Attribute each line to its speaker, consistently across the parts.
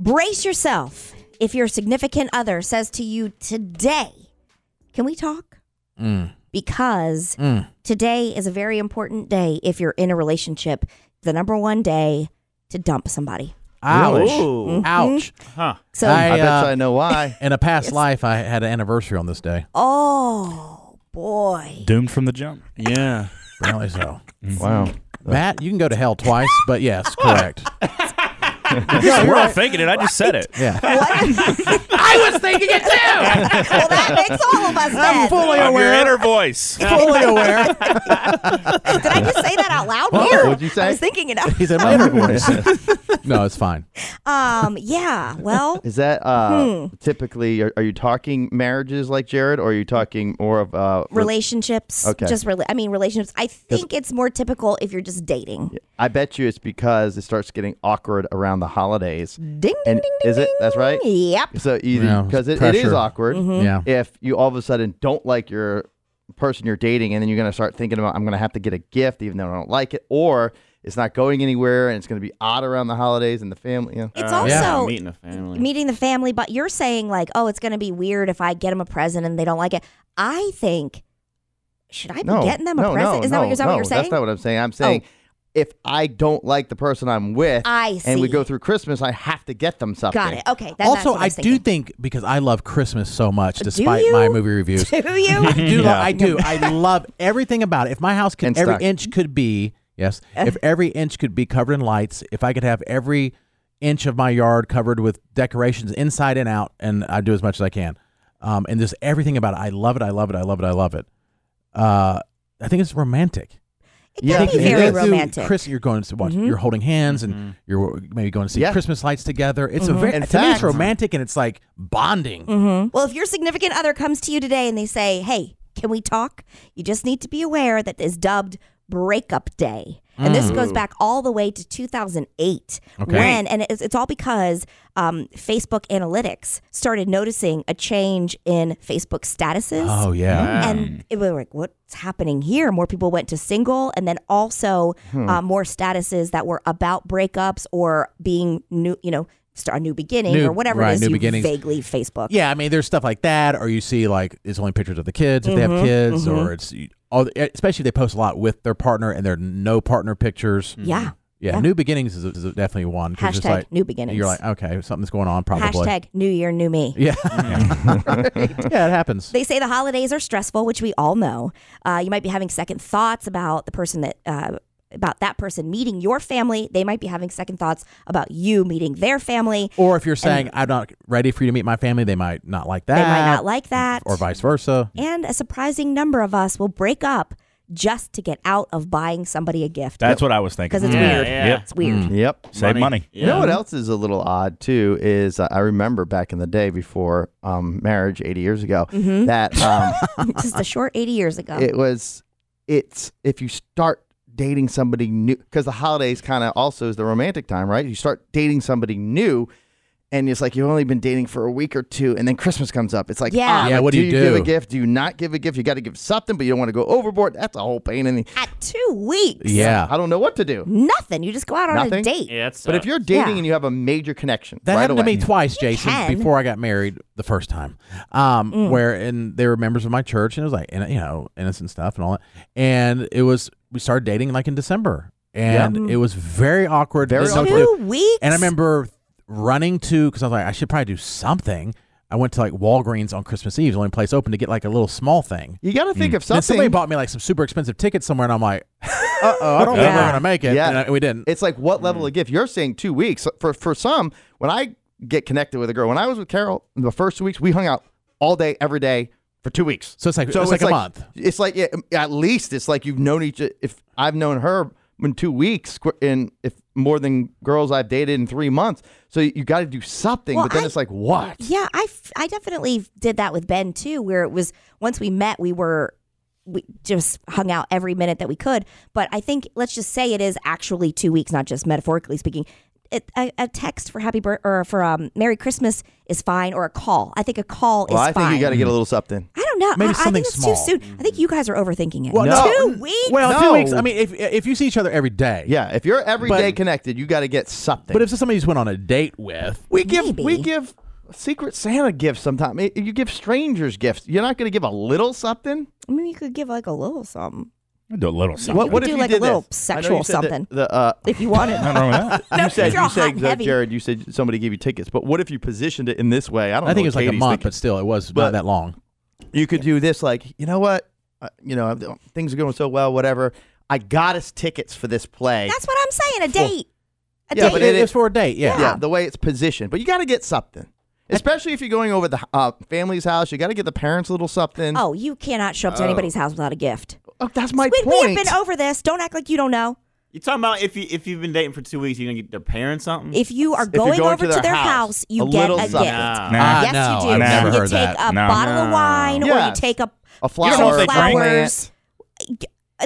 Speaker 1: Brace yourself if your significant other says to you today, Can we talk? Because today is a very important day if you're in a relationship, the number one day to dump somebody.
Speaker 2: Ouch.
Speaker 3: Ooh.
Speaker 2: Ouch.
Speaker 1: Mm-hmm.
Speaker 3: Huh.
Speaker 1: So,
Speaker 2: I,
Speaker 4: I bet
Speaker 2: uh,
Speaker 4: you I know why.
Speaker 2: In a past life, I had an anniversary on this day.
Speaker 1: oh boy.
Speaker 3: Doomed from the jump.
Speaker 5: Yeah.
Speaker 2: Apparently so.
Speaker 4: wow.
Speaker 2: Matt, you can go to hell twice, but yes, correct.
Speaker 5: We're all faking it. I just said it.
Speaker 2: Yeah.
Speaker 1: I was thinking it too. well, that makes all of us
Speaker 2: I'm
Speaker 1: dead.
Speaker 2: fully
Speaker 5: Of your
Speaker 2: aware.
Speaker 5: inner voice.
Speaker 2: Fully aware.
Speaker 1: Did I just say that out loud?
Speaker 4: What?
Speaker 1: Here.
Speaker 4: What'd you say?
Speaker 1: I was thinking it. out-
Speaker 2: He's in my inner voice. No, it's fine.
Speaker 1: Um, yeah. Well,
Speaker 4: Is that uh, typically, are, are you talking marriages like Jared, or are you talking more of uh, re-
Speaker 1: relationships.
Speaker 4: Okay.
Speaker 1: Just rela- I mean relationships. I think it's more typical if you're just dating.
Speaker 4: I bet you it's because it starts getting awkward around the holidays.
Speaker 1: Ding ding
Speaker 4: And
Speaker 1: ding ding.
Speaker 4: is it?
Speaker 1: ding.
Speaker 4: That's right?
Speaker 1: Yep.
Speaker 4: So either
Speaker 2: Yeah,
Speaker 4: because it, it is
Speaker 2: pressure.
Speaker 4: awkward
Speaker 1: Mm-hmm.
Speaker 2: Yeah.
Speaker 4: if you all of a sudden don't like your person you're dating, and then you're going to start thinking about I'm going to have to get a gift even though I don't like it, or it's not going anywhere and it's going to be odd around the holidays and the family. You know.
Speaker 1: It's
Speaker 5: Uh,
Speaker 1: also
Speaker 2: yeah,
Speaker 5: meeting a
Speaker 4: Mm.
Speaker 5: family.
Speaker 1: meeting the family, but you're saying like, oh, it's going to be weird if I get them a present and they don't like it. I think should I be
Speaker 4: no,
Speaker 1: getting them a
Speaker 4: no,
Speaker 1: present?
Speaker 4: No,
Speaker 1: is that, what,
Speaker 4: no,
Speaker 1: is that
Speaker 4: no,
Speaker 1: what you're saying? Oh.
Speaker 4: That's not what I'm saying. I'm saying if I don't like the person I'm with,
Speaker 1: I
Speaker 4: and we
Speaker 1: see.
Speaker 4: go through Christmas, I have to get them something.
Speaker 1: Got it. Oh. Okay. That, that's
Speaker 2: also,
Speaker 1: what
Speaker 2: I
Speaker 1: was
Speaker 2: do
Speaker 1: thinking.
Speaker 2: think because I love Christmas so much, despite
Speaker 1: you?
Speaker 2: my movie reviews.
Speaker 1: Do you?
Speaker 2: I do. Love, I do. I love everything about it. If my house
Speaker 4: And
Speaker 2: could, every
Speaker 4: stuck.
Speaker 2: inch could be yes. If every inch could be covered in lights, if I could have every inch of my yard covered with decorations inside and out, and I do as much as I can, um, and just everything about it, I love it. I love it. I love it. I love it. Uh, I think it's romantic.
Speaker 1: It can
Speaker 4: Yeah,
Speaker 1: be
Speaker 4: it
Speaker 1: very
Speaker 4: is.
Speaker 2: You-
Speaker 1: romantic. Mm-hmm.
Speaker 2: Chris, you're going to watch. You're holding hands, and you're maybe going to see
Speaker 4: Mm-hmm. Yeah.
Speaker 2: Christmas lights together. It's
Speaker 1: Mm-hmm.
Speaker 2: a very
Speaker 4: In
Speaker 2: to me,
Speaker 4: fact-
Speaker 2: it's romantic, and it's like bonding.
Speaker 1: Well, if your significant other comes to you today and they say, "Hey, can we talk?" You just need to be aware that is dubbed breakup day. And this goes back all the way to 2008
Speaker 2: Mm. Okay.
Speaker 1: when and it's, it's all because um, Facebook analytics started noticing a change in Facebook statuses.
Speaker 2: Oh yeah.
Speaker 1: And it was like, what's happening here? More people went to single, and then also
Speaker 2: Hmm.
Speaker 1: uh, more statuses that were about breakups or being new, you know, start a new beginning
Speaker 2: New-
Speaker 1: or whatever
Speaker 2: right,
Speaker 1: it is
Speaker 2: new
Speaker 1: you
Speaker 2: beginnings.
Speaker 1: vaguely Facebook.
Speaker 2: Yeah, I mean, there's stuff like that, or you see like it's only pictures of the kids if they have kids, or it's all, especially if they post a lot with their partner and there are no partner pictures.
Speaker 1: Yeah.
Speaker 2: Yeah,
Speaker 1: Yeah.
Speaker 2: new beginnings is, is definitely one. 'cause it's
Speaker 1: Hashtag
Speaker 2: like,
Speaker 1: new beginnings.
Speaker 2: You're like, okay, something's going on probably.
Speaker 1: Hashtag new year, new me.
Speaker 2: Yeah, yeah, it happens.
Speaker 1: They say the holidays are stressful, which we all know. Uh, you might be having second thoughts about the person that. Uh, about that person meeting your family, they might be having second thoughts about you meeting their family.
Speaker 2: or if you're saying I'm not ready for you to meet my family, they might not like that.
Speaker 1: They might not like that.
Speaker 2: Uh, or vice versa.
Speaker 1: and a surprising number of us will break up just to get out of buying somebody a gift.
Speaker 5: That's what I was thinking.
Speaker 1: 'Cause it's
Speaker 3: Yeah,
Speaker 1: weird.
Speaker 3: yeah.
Speaker 1: It's weird.
Speaker 4: Yep.
Speaker 5: Save money.
Speaker 4: You know what else is a little odd too is uh, I remember back in the day before um, marriage, eighty years ago,
Speaker 1: Mm-hmm.
Speaker 4: that um,
Speaker 2: Mm.
Speaker 1: Just a short 80 years ago.
Speaker 4: it was it's if you start dating somebody new because the holidays kind of also is the romantic time, right? You start dating somebody new. And it's like you've only been dating for a week or two, and then Christmas comes up. It's like,
Speaker 1: Yeah.
Speaker 4: ah,
Speaker 2: Yeah,
Speaker 4: like,
Speaker 2: what do you
Speaker 4: give
Speaker 2: do?
Speaker 4: a gift? Do you not give a gift? You got to give something, but you don't want to go overboard. That's a whole pain in the.
Speaker 1: At two weeks.
Speaker 2: Yeah,
Speaker 4: I don't know what to do.
Speaker 1: Nothing. You just go out on a
Speaker 4: Nothing?
Speaker 1: date.
Speaker 3: Yeah, that's.
Speaker 4: But if you're dating
Speaker 1: Yeah.
Speaker 4: and you have a major connection,
Speaker 2: That
Speaker 4: right
Speaker 2: happened
Speaker 4: away.
Speaker 2: to me twice, Jason,
Speaker 1: can. Mm.
Speaker 2: before I got married the first time. Um, where and they were members of my church and it was like and, you know, innocent stuff and all that. And it was we started dating like in December. And it was very awkward.
Speaker 4: Very
Speaker 2: Didn't know what to
Speaker 1: Two
Speaker 2: do.
Speaker 1: weeks.
Speaker 2: And I remember running to because I was like, I should probably do something. I went to like Walgreens on Christmas Eve, the only place open to get like a little small thing.
Speaker 4: You got to think of
Speaker 2: Then somebody
Speaker 4: something.
Speaker 2: bought me like some super expensive tickets somewhere, and I'm like, uh oh, I don't think
Speaker 1: Yeah.
Speaker 2: we're gonna make it.
Speaker 4: Yeah.
Speaker 2: And I- we didn't.
Speaker 4: It's like what
Speaker 1: Mm.
Speaker 4: level of gift? You're saying two weeks. For for some, when I get connected with a girl, when I was with Carol, the first two weeks we hung out all day, every day for two weeks.
Speaker 2: So it's like- it's like a month.
Speaker 4: It's like yeah, at least it's like you've known each. If I've known her in two weeks, qu- and if more than girls I've dated in three months, so you got to do something.
Speaker 1: Well,
Speaker 4: but then
Speaker 1: I-
Speaker 4: it's like what?
Speaker 1: Yeah, I, f- I definitely did that with Ben too, where it was once we met, we were we just hung out every minute that we could. But I think let's just say it is actually two weeks, not just metaphorically speaking. It, a, a text for happy birth or for um, Merry Christmas is fine, or a call. I think a call
Speaker 4: Well,
Speaker 1: is
Speaker 4: I think
Speaker 1: fine.
Speaker 4: you got to get a little something.
Speaker 1: I don't don't know.
Speaker 2: Maybe
Speaker 1: I, I
Speaker 2: something
Speaker 1: think it's
Speaker 2: small.
Speaker 1: too soon. I think you guys are overthinking it.
Speaker 2: Well, no.
Speaker 1: Two weeks.
Speaker 2: Well,
Speaker 4: No.
Speaker 2: two weeks. I mean, if if you see each other every day,
Speaker 4: Yeah, if you're every
Speaker 2: But-
Speaker 4: day connected, you got to get something.
Speaker 2: But if it's somebody you just went on a date with,
Speaker 4: we give we
Speaker 1: Maybe.
Speaker 4: give Secret Santa gifts sometimes. You give strangers gifts. You're not going to give a little something.
Speaker 1: I mean, you could give like a little something
Speaker 5: I'll do a little something.
Speaker 4: What, what
Speaker 1: could
Speaker 4: if
Speaker 1: do
Speaker 4: you
Speaker 1: like a
Speaker 4: did
Speaker 1: little
Speaker 4: this? I know you
Speaker 1: sexual
Speaker 4: said that
Speaker 1: something.
Speaker 4: The, uh,
Speaker 1: if you wanted.
Speaker 5: Nothing wrong with that.
Speaker 1: no,
Speaker 4: you said
Speaker 1: you're
Speaker 4: you
Speaker 1: all hot
Speaker 4: said
Speaker 1: and
Speaker 4: that,
Speaker 1: heavy.
Speaker 4: Jared. You said somebody gave you tickets, but what if you positioned it in this way? I don't.
Speaker 2: I think it
Speaker 4: know
Speaker 2: was
Speaker 4: what
Speaker 2: like a
Speaker 4: Katie's
Speaker 2: month,
Speaker 4: thinking.
Speaker 2: but still, it was
Speaker 4: But-
Speaker 2: not that long.
Speaker 4: you could do this like you know what uh, you know things are going so well whatever i got us tickets for this play
Speaker 1: That's what I'm saying. A
Speaker 4: Well,
Speaker 1: date. A
Speaker 4: yeah,
Speaker 1: date.
Speaker 4: but
Speaker 2: But
Speaker 4: it-
Speaker 2: it is for a date, yeah.
Speaker 4: yeah the way it's positioned but you got to get something especially if you're going over the uh, family's house you got to get the parents a little something
Speaker 1: oh, you cannot show up to anybody's house without a gift.
Speaker 4: Oh, that's my
Speaker 1: We, we
Speaker 4: point
Speaker 1: have been over this. Don't act like you don't know.
Speaker 3: You talking about if you if you've been dating for two weeks, you gonna get their parents something?
Speaker 1: If you are
Speaker 4: If you're
Speaker 1: going, over to their, house, you
Speaker 4: a
Speaker 1: get
Speaker 4: little
Speaker 1: a gift.
Speaker 4: something.
Speaker 3: Nah.
Speaker 2: Ah,
Speaker 1: yes,
Speaker 2: no,
Speaker 1: you do.
Speaker 2: I've
Speaker 5: Nah.
Speaker 2: never
Speaker 1: you
Speaker 2: heard
Speaker 1: take
Speaker 2: that.
Speaker 1: a
Speaker 5: No.
Speaker 1: bottle of
Speaker 3: No.
Speaker 1: wine, or you
Speaker 4: Yes.
Speaker 1: take a
Speaker 4: a
Speaker 1: you
Speaker 4: flower
Speaker 1: know,
Speaker 5: if they drink
Speaker 1: flowers.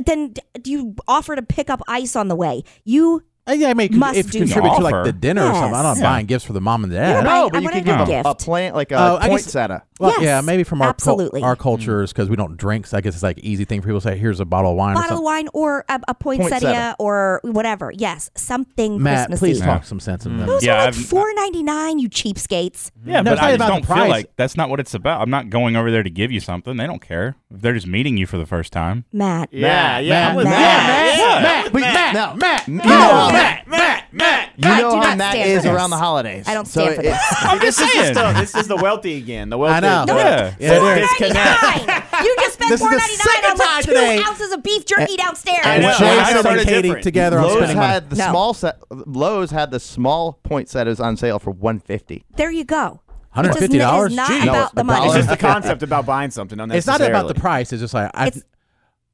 Speaker 1: Then d- you offer to pick up ice on the way. You
Speaker 2: Uh, Yeah, I mean,
Speaker 1: Must
Speaker 2: if
Speaker 1: do
Speaker 2: you contribute to like
Speaker 5: Offer.
Speaker 2: the dinner or something, I'm not
Speaker 1: Yes.
Speaker 2: buying gifts for the mom and
Speaker 1: You
Speaker 2: dad.
Speaker 1: don't
Speaker 4: no
Speaker 1: I
Speaker 4: but you
Speaker 1: want
Speaker 4: could
Speaker 1: a
Speaker 4: give a,
Speaker 1: gift.
Speaker 4: a plant like a
Speaker 2: Oh, I guess-
Speaker 4: poinsettia
Speaker 2: Well,
Speaker 1: Yes,
Speaker 2: yeah, maybe from our cul-
Speaker 1: absolutely.
Speaker 2: our cultures because we don't drink. So I guess it's like easy thing for people to say. Here's a bottle of wine. or
Speaker 1: bottle of
Speaker 2: something.
Speaker 1: wine or a, a poinsettia,
Speaker 4: Poinsettia.
Speaker 1: or whatever. Yes, something
Speaker 2: Matt,
Speaker 1: Christmas
Speaker 2: please
Speaker 1: Christmassy.
Speaker 2: talk some sense
Speaker 4: Mm.
Speaker 2: in them.
Speaker 1: Those
Speaker 5: Yeah,
Speaker 1: are like
Speaker 5: I've-
Speaker 1: four ninety nine. You cheapskates.
Speaker 5: Yeah,
Speaker 2: No,
Speaker 5: but
Speaker 2: it's not
Speaker 5: I
Speaker 2: about
Speaker 5: just
Speaker 2: the
Speaker 5: don't feel
Speaker 2: price.
Speaker 5: like that's not what it's about. I'm not going over there to give you something. They don't care if they're just meeting you for the first time.
Speaker 1: Matt.
Speaker 3: yeah, yeah, I'm with
Speaker 1: Matt.
Speaker 3: Matt. Yeah.
Speaker 4: Matt, we- Matt, no, Matt, you know
Speaker 1: No,
Speaker 4: how Matt,
Speaker 3: Matt, Matt, Matt.
Speaker 4: you
Speaker 1: I
Speaker 4: know
Speaker 1: do
Speaker 4: how
Speaker 1: not
Speaker 4: Matt
Speaker 1: stand
Speaker 4: is
Speaker 1: for this.
Speaker 4: around the holidays.
Speaker 1: I don't
Speaker 4: So
Speaker 1: stand for
Speaker 4: it-
Speaker 1: this.
Speaker 3: I'm just
Speaker 5: This is
Speaker 3: saying.
Speaker 5: the-
Speaker 3: this is the wealthy again. The
Speaker 2: I
Speaker 3: wealthy.
Speaker 2: know.
Speaker 5: Yeah.
Speaker 2: Yeah, it is.
Speaker 1: Ninety nine. You just spent
Speaker 4: This is
Speaker 1: four
Speaker 4: the
Speaker 1: ninety nine on
Speaker 4: second time
Speaker 1: like two
Speaker 4: today.
Speaker 1: ounces of beef jerky downstairs.
Speaker 4: I
Speaker 2: And
Speaker 4: know. I
Speaker 2: Jason and
Speaker 3: started
Speaker 2: Katie
Speaker 3: different.
Speaker 2: together on
Speaker 4: Lowe's
Speaker 2: spending money.
Speaker 4: had the
Speaker 1: No.
Speaker 4: small set. Lowe's had the small poinsettias on sale for one fifty.
Speaker 1: There you go.
Speaker 2: $150?
Speaker 1: It doesn't- It is not
Speaker 2: Jeez.
Speaker 4: No,
Speaker 1: about the
Speaker 4: it's a
Speaker 1: money.
Speaker 4: dollar.
Speaker 3: It's just the concept about buying something.
Speaker 2: It's not about the price. It's just like I.
Speaker 1: It's-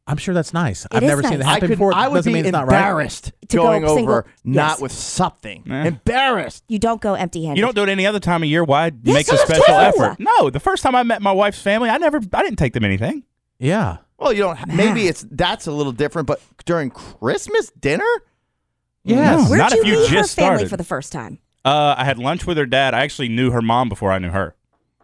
Speaker 2: I'm sure that's nice. I've
Speaker 1: is
Speaker 2: never seen it
Speaker 1: nice.
Speaker 2: happen
Speaker 4: I, could,
Speaker 2: before. It
Speaker 4: I would
Speaker 2: doesn't
Speaker 4: be
Speaker 2: mean it's not right.
Speaker 4: embarrassed
Speaker 1: To go
Speaker 4: going over
Speaker 1: single-
Speaker 4: not
Speaker 1: yes.
Speaker 4: with something.
Speaker 5: Nah.
Speaker 4: Embarrassed.
Speaker 1: you don't go empty handed.
Speaker 5: You don't do it any other time of year. Why make a
Speaker 1: that's
Speaker 5: special
Speaker 1: true.
Speaker 5: effort? No, the first time I met my wife's family, I never, I didn't take them anything.
Speaker 2: Yeah.
Speaker 4: Well, you don't. Maybe it's that's a little different, but during Christmas dinner,
Speaker 2: Yes.
Speaker 1: Where'd
Speaker 5: Not
Speaker 1: you
Speaker 5: if you
Speaker 1: meet her family
Speaker 5: just started.
Speaker 1: for the first time?
Speaker 5: Uh, I had lunch with her dad. I actually knew her mom before I knew her.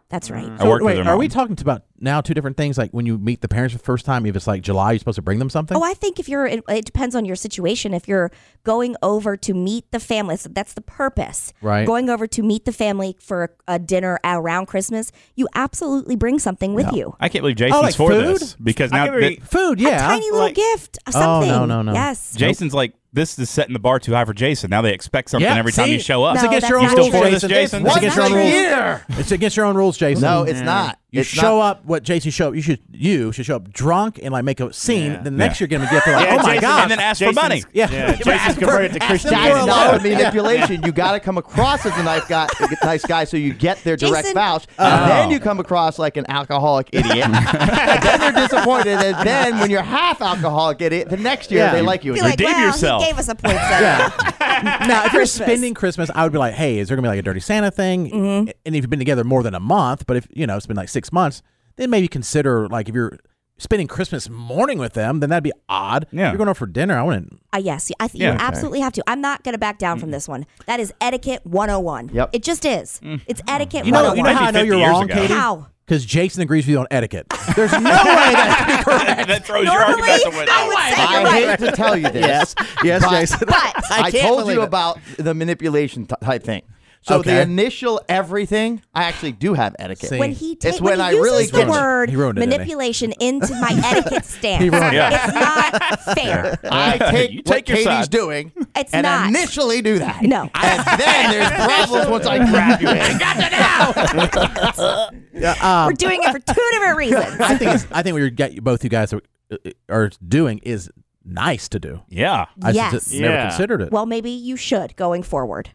Speaker 1: That's right.
Speaker 5: I worked
Speaker 2: Wait,
Speaker 5: with her
Speaker 2: are
Speaker 5: mom.
Speaker 2: we talking about now two different things? Like when you meet the parents for the first time, if it's like July, you're supposed to bring them something.
Speaker 1: Oh, I think if you're, it, it depends on your situation. If you're going over to meet the family, so that's the purpose.
Speaker 2: Right.
Speaker 1: Going over to meet the family for a, a dinner around Christmas, you absolutely bring something with you.
Speaker 5: I can't believe Jason's
Speaker 2: Oh, like
Speaker 5: for
Speaker 2: food?
Speaker 5: this because
Speaker 3: I
Speaker 5: now
Speaker 3: can re-
Speaker 5: that-
Speaker 2: Food, yeah.
Speaker 1: A tiny little
Speaker 3: Like-
Speaker 1: gift, something.
Speaker 2: no, no, no.
Speaker 1: Yes.
Speaker 5: Jason's like this is setting the bar too high for Jason. Now they expect something
Speaker 2: Yeah,
Speaker 5: every time
Speaker 2: see?
Speaker 5: you show up.
Speaker 1: No,
Speaker 2: it's against your
Speaker 1: that's
Speaker 2: own
Speaker 1: not
Speaker 2: rules,
Speaker 1: true.
Speaker 5: It's
Speaker 2: Jason.
Speaker 5: Jason.
Speaker 2: It's
Speaker 4: once
Speaker 2: against
Speaker 1: not
Speaker 2: your own
Speaker 4: a
Speaker 1: true.
Speaker 2: rules.
Speaker 4: year.
Speaker 2: It's against your own rules, Jason.
Speaker 4: No, it's not.
Speaker 2: You
Speaker 4: it's
Speaker 2: show
Speaker 4: not.
Speaker 2: up what Jason show up. You should you should show up drunk and like make a scene.
Speaker 3: Yeah.
Speaker 2: Then next
Speaker 5: Yeah.
Speaker 2: year you're gonna get there like, oh my
Speaker 3: Jason-
Speaker 2: god.
Speaker 5: and then ask for money.
Speaker 2: yeah.
Speaker 3: Yeah,
Speaker 2: Ask
Speaker 3: Jason's
Speaker 2: for-
Speaker 3: converted to
Speaker 2: ask
Speaker 3: Christian.
Speaker 2: them for
Speaker 4: That is
Speaker 2: a
Speaker 4: not
Speaker 2: loan.
Speaker 4: manipulation. You got to come across as a nice guy, nice guy, so you get their direct
Speaker 1: Jason-
Speaker 4: vouch,
Speaker 2: Oh.
Speaker 4: and then you come across like an alcoholic idiot. and then they're disappointed, and then when you're half alcoholic idiot, the next year
Speaker 2: Yeah.
Speaker 4: they like you.
Speaker 1: Be
Speaker 4: again.
Speaker 1: like,
Speaker 5: Redeem
Speaker 1: well,
Speaker 5: yourself.
Speaker 1: he gave us a poinsettia.
Speaker 2: Now, if you're
Speaker 1: Christmas.
Speaker 2: spending Christmas, I would be like, hey, is there gonna be like a dirty Santa thing?
Speaker 1: Mm-hmm.
Speaker 2: And if you've been together more than a month, but if you know it's been like six months, then maybe consider like if you're spending Christmas morning with them, then that'd be odd.
Speaker 5: Yeah.
Speaker 2: You're going out for dinner. I wouldn't.
Speaker 1: Uh, yes, I th-
Speaker 5: Yeah.
Speaker 1: you
Speaker 5: Okay.
Speaker 1: absolutely have to. I'm not going to back down from this one. That is etiquette 101.
Speaker 4: Yep.
Speaker 1: It just is. It's etiquette
Speaker 2: Mm. You know,
Speaker 1: 101.
Speaker 2: you know how I
Speaker 5: That'd be
Speaker 2: know you're
Speaker 5: 50 years
Speaker 2: wrong,
Speaker 5: ago.
Speaker 2: Katie?
Speaker 1: How?
Speaker 2: Because Jason agrees with you on etiquette. There's no way that could be correct.
Speaker 5: that throws your
Speaker 1: Normally,
Speaker 5: argument out the window.
Speaker 1: I would say you're
Speaker 4: I
Speaker 1: right.
Speaker 4: hate to tell you this.
Speaker 2: Yes, yes,
Speaker 4: but
Speaker 2: Jason.
Speaker 1: But-
Speaker 4: I,
Speaker 2: can't
Speaker 4: told
Speaker 2: believe
Speaker 4: you
Speaker 2: it.
Speaker 4: about the manipulation t- type thing. So
Speaker 2: Okay.
Speaker 4: the initial everything, I actually do have etiquette.
Speaker 2: See?
Speaker 1: when he
Speaker 4: It's
Speaker 1: takes
Speaker 4: when
Speaker 1: when, he
Speaker 4: I
Speaker 1: uses
Speaker 4: really
Speaker 1: the
Speaker 4: ruined it.
Speaker 1: word
Speaker 2: He ruined it, didn't he?
Speaker 1: manipulation into my etiquette stance.
Speaker 2: He ruined it.
Speaker 5: Yeah.
Speaker 1: It's not fair.
Speaker 4: I take,
Speaker 5: You
Speaker 4: what
Speaker 5: take your
Speaker 4: Katie's
Speaker 5: side.
Speaker 4: doing
Speaker 1: It's
Speaker 4: and
Speaker 1: not.
Speaker 4: initially do that.
Speaker 1: No.
Speaker 4: And then there's problems once I graduate.
Speaker 1: We're doing it for
Speaker 2: Um,
Speaker 1: two different reasons.
Speaker 2: I think it's, I think what you're get, both you guys are, uh, are doing is nice to do.
Speaker 5: Yeah.
Speaker 2: I
Speaker 1: Yes.
Speaker 2: just never
Speaker 3: Yeah.
Speaker 2: considered it.
Speaker 1: well, maybe you should going forward.